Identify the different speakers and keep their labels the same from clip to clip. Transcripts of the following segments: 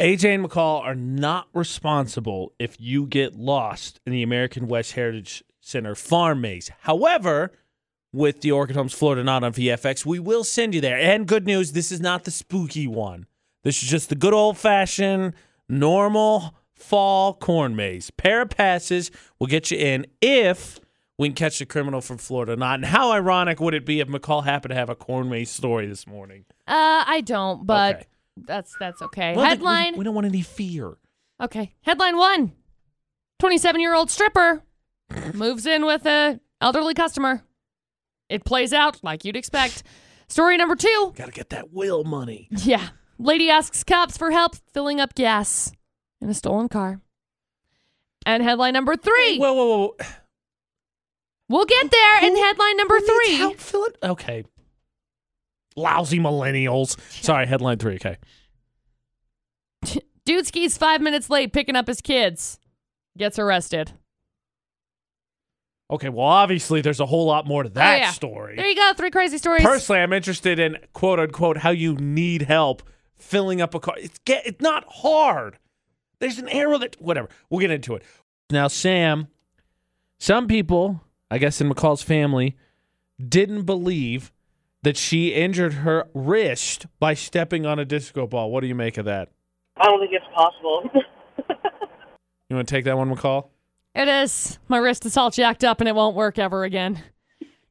Speaker 1: AJ and McCall are not responsible if you get lost in the American West Heritage Center farm maze. However, with the Orchid Homes Florida Not on VFX, we will send you there. And good news, this is not the spooky one. This is just the good old fashioned, normal fall corn maze. Pair of passes will get you in if we can catch the criminal from Florida Not. And how ironic would it be if McCall happened to have a corn maze story this morning?
Speaker 2: Uh, I don't, but
Speaker 1: Okay.
Speaker 2: that's that's okay.
Speaker 1: Well, then we-
Speaker 2: Headline.
Speaker 1: we don't want any fear.
Speaker 2: Okay. Headline one 27 year old stripper moves in with a elderly customer. It plays out like you'd expect. Story number two.
Speaker 1: Gotta get that will money.
Speaker 2: Yeah. Lady asks cops for help filling up gas in a stolen car. And headline number three.
Speaker 1: Whoa, whoa, whoa.
Speaker 2: We'll get there in headline number
Speaker 1: Who needs
Speaker 2: three.
Speaker 1: help filling- Okay. Lousy millennials. Sorry, headline three. Okay.
Speaker 2: Dude skis five minutes late picking up his kids. Gets arrested.
Speaker 1: Okay, well, obviously, there's a whole lot more to that
Speaker 2: Oh, yeah.
Speaker 1: story.
Speaker 2: There you go. Three crazy stories.
Speaker 1: Personally, I'm interested in quote unquote how you need help filling up a car. It's get it's not hard. There's an arrow that whatever. We'll get into it. Now, Sam, some people, I guess in McCall's family, didn't believe that she injured her wrist by stepping on a disco ball. What do you make of that?
Speaker 3: I don't think it's possible.
Speaker 1: You want to take that one, McCall?
Speaker 2: it is. My wrist is all jacked up and it won't work ever again.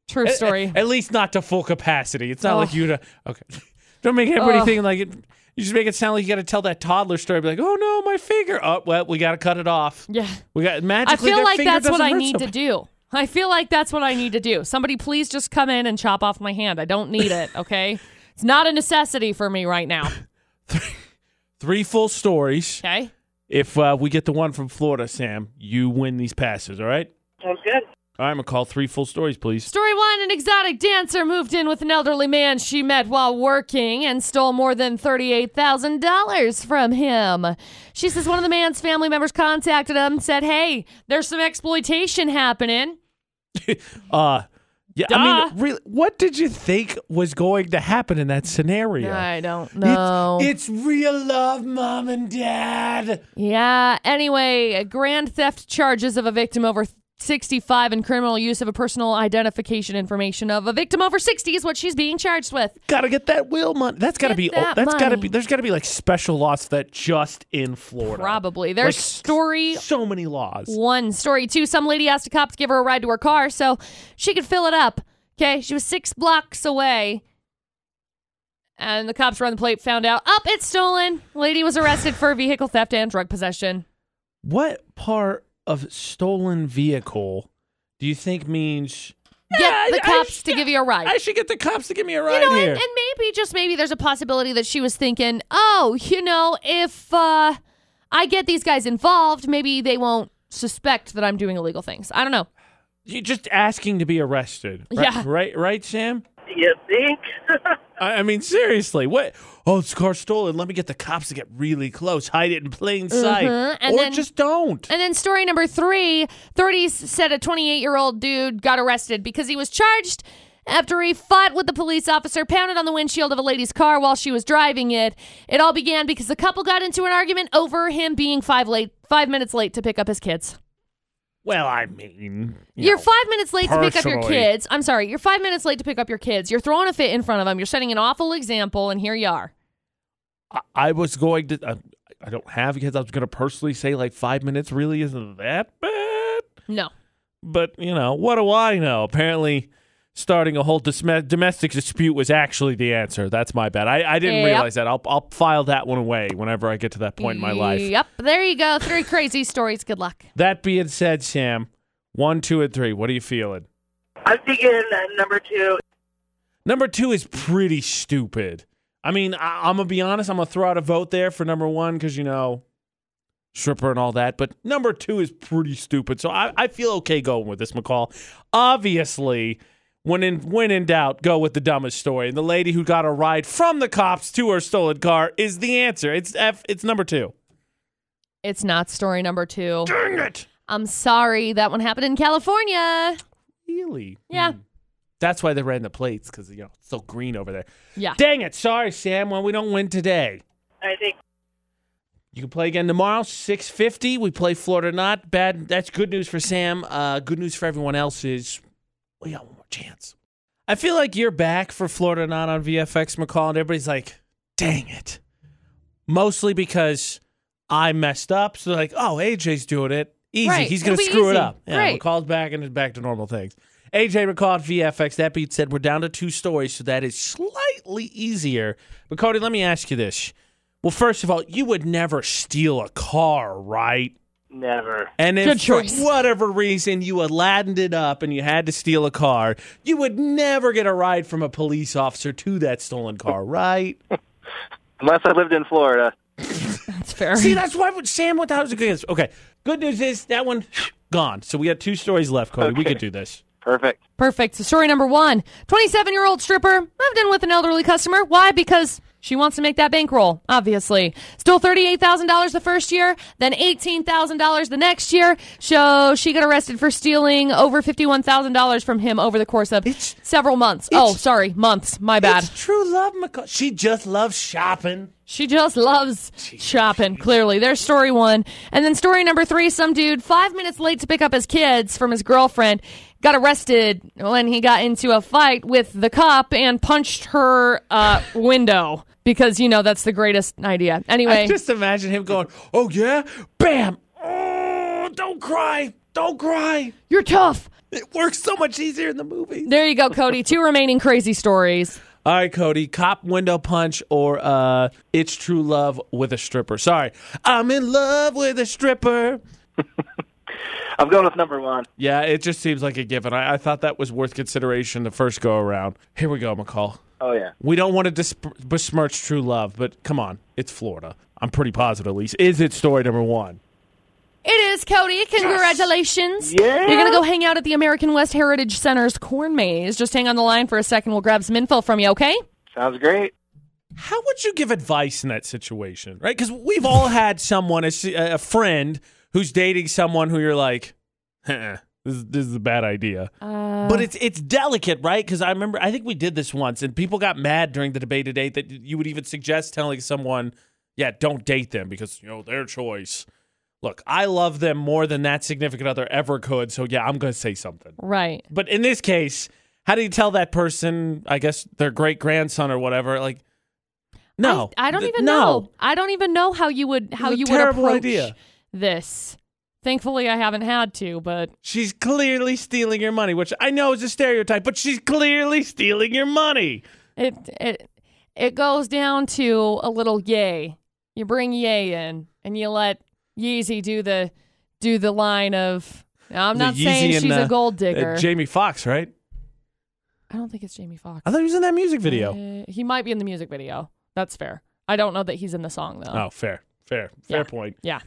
Speaker 2: True
Speaker 1: At-
Speaker 2: story. Oh.
Speaker 1: At, least not to full capacity. It's not like
Speaker 2: Ugh.
Speaker 1: you to okay. Don't make everybody
Speaker 2: Ugh.
Speaker 1: think like it, you just make it sound like you got to tell that toddler story. Be like, oh no, my finger. Oh well, we got to cut it off.
Speaker 2: Yeah.
Speaker 1: We got
Speaker 2: I
Speaker 1: magically.
Speaker 2: feel
Speaker 1: their
Speaker 2: like
Speaker 1: finger
Speaker 2: that's what
Speaker 1: doesn't
Speaker 2: I
Speaker 1: hurt
Speaker 2: need
Speaker 1: so
Speaker 2: to
Speaker 1: bad.
Speaker 2: do. I feel like that's what I need to do. Somebody please just come in and chop off my hand. I don't need it, okay? it's not a necessity for me right now,
Speaker 1: Three full stories.
Speaker 2: okay?
Speaker 1: If uh, we get the one from Florida, Sam, you win these passes. All right.
Speaker 3: Sounds good.
Speaker 1: All right, McCall. Three full stories, please.
Speaker 2: Story one An exotic dancer moved in with an elderly man she met while working and stole more than $38,000 from him. She says one of the man's family members contacted him and said, Hey, there's some exploitation happening.
Speaker 1: Uh, yeah. I
Speaker 2: Duh.
Speaker 1: mean, really, what did you think was going to happen in that scenario?
Speaker 2: I don't
Speaker 1: It's-
Speaker 2: know.
Speaker 1: it's real love, mom and dad.
Speaker 2: Yeah. Anyway, grand theft charges of a victim over 65 and criminal use of a personal identification information of a victim over 60 is what she's being charged with.
Speaker 1: Gotta get that will money. That's gotta
Speaker 2: Get
Speaker 1: be.
Speaker 2: that
Speaker 1: that's gotta
Speaker 2: money.
Speaker 1: be. There's gotta be like special laws for that just in Florida.
Speaker 2: Probably. There's
Speaker 1: Like,
Speaker 2: story
Speaker 1: So many laws.
Speaker 2: one. Story two some lady asked a cop to give her a ride to her car so she could fill it up. Okay. She was six blocks away. And the cops were on the plate, found out, up, it's stolen. Lady was arrested for vehicle theft and drug possession.
Speaker 1: What part of stolen vehicle do you think means?
Speaker 2: Get
Speaker 1: I-
Speaker 2: the
Speaker 1: I
Speaker 2: cops
Speaker 1: sh-
Speaker 2: to give you a ride.
Speaker 1: I should get the cops to give me a ride
Speaker 2: you know,
Speaker 1: here.
Speaker 2: And, and maybe just maybe there's a possibility that she was thinking, oh, you know, if uh, I get these guys involved, maybe they won't suspect that I'm doing illegal things. I don't know.
Speaker 1: You're just asking to be arrested. Right,
Speaker 2: Yeah.
Speaker 1: Right. Right, Sam.
Speaker 3: You think?
Speaker 1: I, I mean, seriously. What? Oh, this car's stolen. Let me get the cops to get really close, hide it in plain sight,
Speaker 2: Mhm, and
Speaker 1: or
Speaker 2: then-
Speaker 1: just don't.
Speaker 2: And then story number three 30s said a 28 year old dude got arrested because he was charged after he fought with the police officer, pounded on the windshield of a lady's car while she was driving it. It all began because the couple got into an argument over him being five late, five minutes late to pick up his kids.
Speaker 1: well, I mean, you
Speaker 2: You're
Speaker 1: know.
Speaker 2: five minutes late to pick up your
Speaker 1: personally-
Speaker 2: kids. I'm sorry. You're five minutes late to pick up your kids. You're throwing a fit in front of them. You're setting an awful example, and here you are.
Speaker 1: I- I was going to. I, I don't have kids. I was going to personally say like five minutes really isn't that bad.
Speaker 2: No.
Speaker 1: But you know what do I know? Apparently, starting a whole disme- domestic dispute was actually the answer. That's my bad. I, I didn't
Speaker 2: Yep.
Speaker 1: realize that. I'll I'll file that one away whenever I get to that point in my life.
Speaker 2: Yep. There you go. Three crazy stories. Good luck.
Speaker 1: That being said, Sam, one, two, and three. What are you feeling?
Speaker 3: I'm thinking uh, number two.
Speaker 1: Number two is pretty stupid. I mean, I, I'm gonna be honest. I'm gonna throw out a vote there for number one because you know, stripper and all that. But number two is pretty stupid. So I, I feel okay going with this, McCall. Obviously, when in when in doubt, go with the dumbest story. And the lady who got a ride from the cops to her stolen car is the answer. It's F. It's number two.
Speaker 2: It's not story number two.
Speaker 1: Dang it!
Speaker 2: I'm sorry. That one happened in California.
Speaker 1: Really?
Speaker 2: Yeah.
Speaker 1: Hmm. That's why they ran the plates because you know it's so green over there.
Speaker 2: Yeah.
Speaker 1: Dang it! Sorry, Sam. Well, we don't win today.
Speaker 3: I think
Speaker 1: You can play again tomorrow, 650. We play Florida not. Bad that's good news for Sam. Uh, good news for everyone else is we got one more chance. I feel like you're back for Florida not on VFX McCall, and everybody's like, dang it. Mostly because I messed up. So they're like, oh, AJ's doing it. Easy.
Speaker 2: Right.
Speaker 1: He's gonna
Speaker 2: It'll be
Speaker 1: screw it
Speaker 2: easy.
Speaker 1: up. Yeah,
Speaker 2: Right.
Speaker 1: McCall's back and it's back to normal things. AJ McCall at VFX. That being said, we're down to two stories, so that is slightly easier. But Cody, let me ask you this. Well, first of all, you would never steal a car, right?
Speaker 3: Never.
Speaker 1: And if
Speaker 2: Good
Speaker 1: for
Speaker 2: choice.
Speaker 1: whatever reason you Aladdined it up and you had to steal a car, you would never get a ride from a police officer to that stolen car, right?
Speaker 3: Unless I lived in Florida.
Speaker 2: That's fair.
Speaker 1: See, that's why would Sam went was a good answer. Okay. Good news is that one gone. So we got two stories left, Cody. We
Speaker 3: Okay.
Speaker 1: could do this.
Speaker 3: Perfect.
Speaker 2: Perfect. So story number one 27 year old stripper moved in with an elderly customer. Why? Because she wants to make that bankroll, obviously. Stole $38,000 the first year, then $18,000 the next year. So she got arrested for stealing over $51,000 from him over the course of
Speaker 1: It's-
Speaker 2: several months. oh, sorry, months. My bad.
Speaker 1: It's true love, McCall. She just loves shopping.
Speaker 2: She just loves shopping, clearly. There's story one. And then story number three some dude, five minutes late to pick up his kids from his girlfriend, got arrested when he got into a fight with the cop and punched her uh, window because, you know, that's the greatest idea. Anyway,
Speaker 1: I just imagine him going, Oh yeah? Bam! Oh don't cry. Don't cry.
Speaker 2: you're tough.
Speaker 1: It works so much easier in the movie.
Speaker 2: There you go, Cody. Two remaining crazy stories.
Speaker 1: All right, Cody. Cop window punch or uh, it's true love with a stripper. Sorry, I'm in love with a stripper.
Speaker 3: I'm going with number one.
Speaker 1: Yeah, it just seems like a given. I, I thought that was worth consideration the first go around. Here we go, McCall.
Speaker 3: Oh, yeah.
Speaker 1: We don't want to dis- besmirch true love, but come on, it's Florida. I'm pretty positive, at least. Is it story number one?
Speaker 2: It is, Cody. Congratulations.
Speaker 3: Yeah.
Speaker 2: You're going to go hang out at the American West Heritage Center's corn maze. Just hang on the line for a second. We'll grab some info from you, okay?
Speaker 3: Sounds great.
Speaker 1: How would you give advice in that situation, right? Because we've all had someone, a, s- a friend, who's dating someone who you're like, "Huh, this, this is a bad idea. but it's it's delicate, right? Because I remember, I think we did this once, and people got mad during the debate today that you would even suggest telling someone, yeah, don't date them because you know their choice. Look, I love them more than that significant other ever could, so yeah, I'm going to say something.
Speaker 2: Right.
Speaker 1: But in this case, how do you tell that person, I guess their great grandson or whatever, like, no.
Speaker 2: I, I don't
Speaker 1: th-
Speaker 2: even
Speaker 1: no.
Speaker 2: know. I don't even know how you would how
Speaker 1: a
Speaker 2: you would
Speaker 1: terrible
Speaker 2: approach
Speaker 1: idea.
Speaker 2: this. Thankfully, I haven't had to, but
Speaker 1: She's clearly stealing your money, which I know is a stereotype, but she's clearly stealing your money.
Speaker 2: it it it goes down to a little yay. You bring yay in, and you let Yeezy do the do the line of. Now, I'm
Speaker 1: The
Speaker 2: not
Speaker 1: Yeezy
Speaker 2: saying
Speaker 1: and,
Speaker 2: she's
Speaker 1: uh,
Speaker 2: a gold digger.
Speaker 1: Uh, Jamie Foxx, right?
Speaker 2: I don't think it's Jamie Foxx.
Speaker 1: I thought he was in that music video.
Speaker 2: Uh, he might be in the music video. That's fair. I don't know that he's in the song though.
Speaker 1: Oh, fair, fair, fair
Speaker 2: Yeah.
Speaker 1: point.
Speaker 2: Yeah.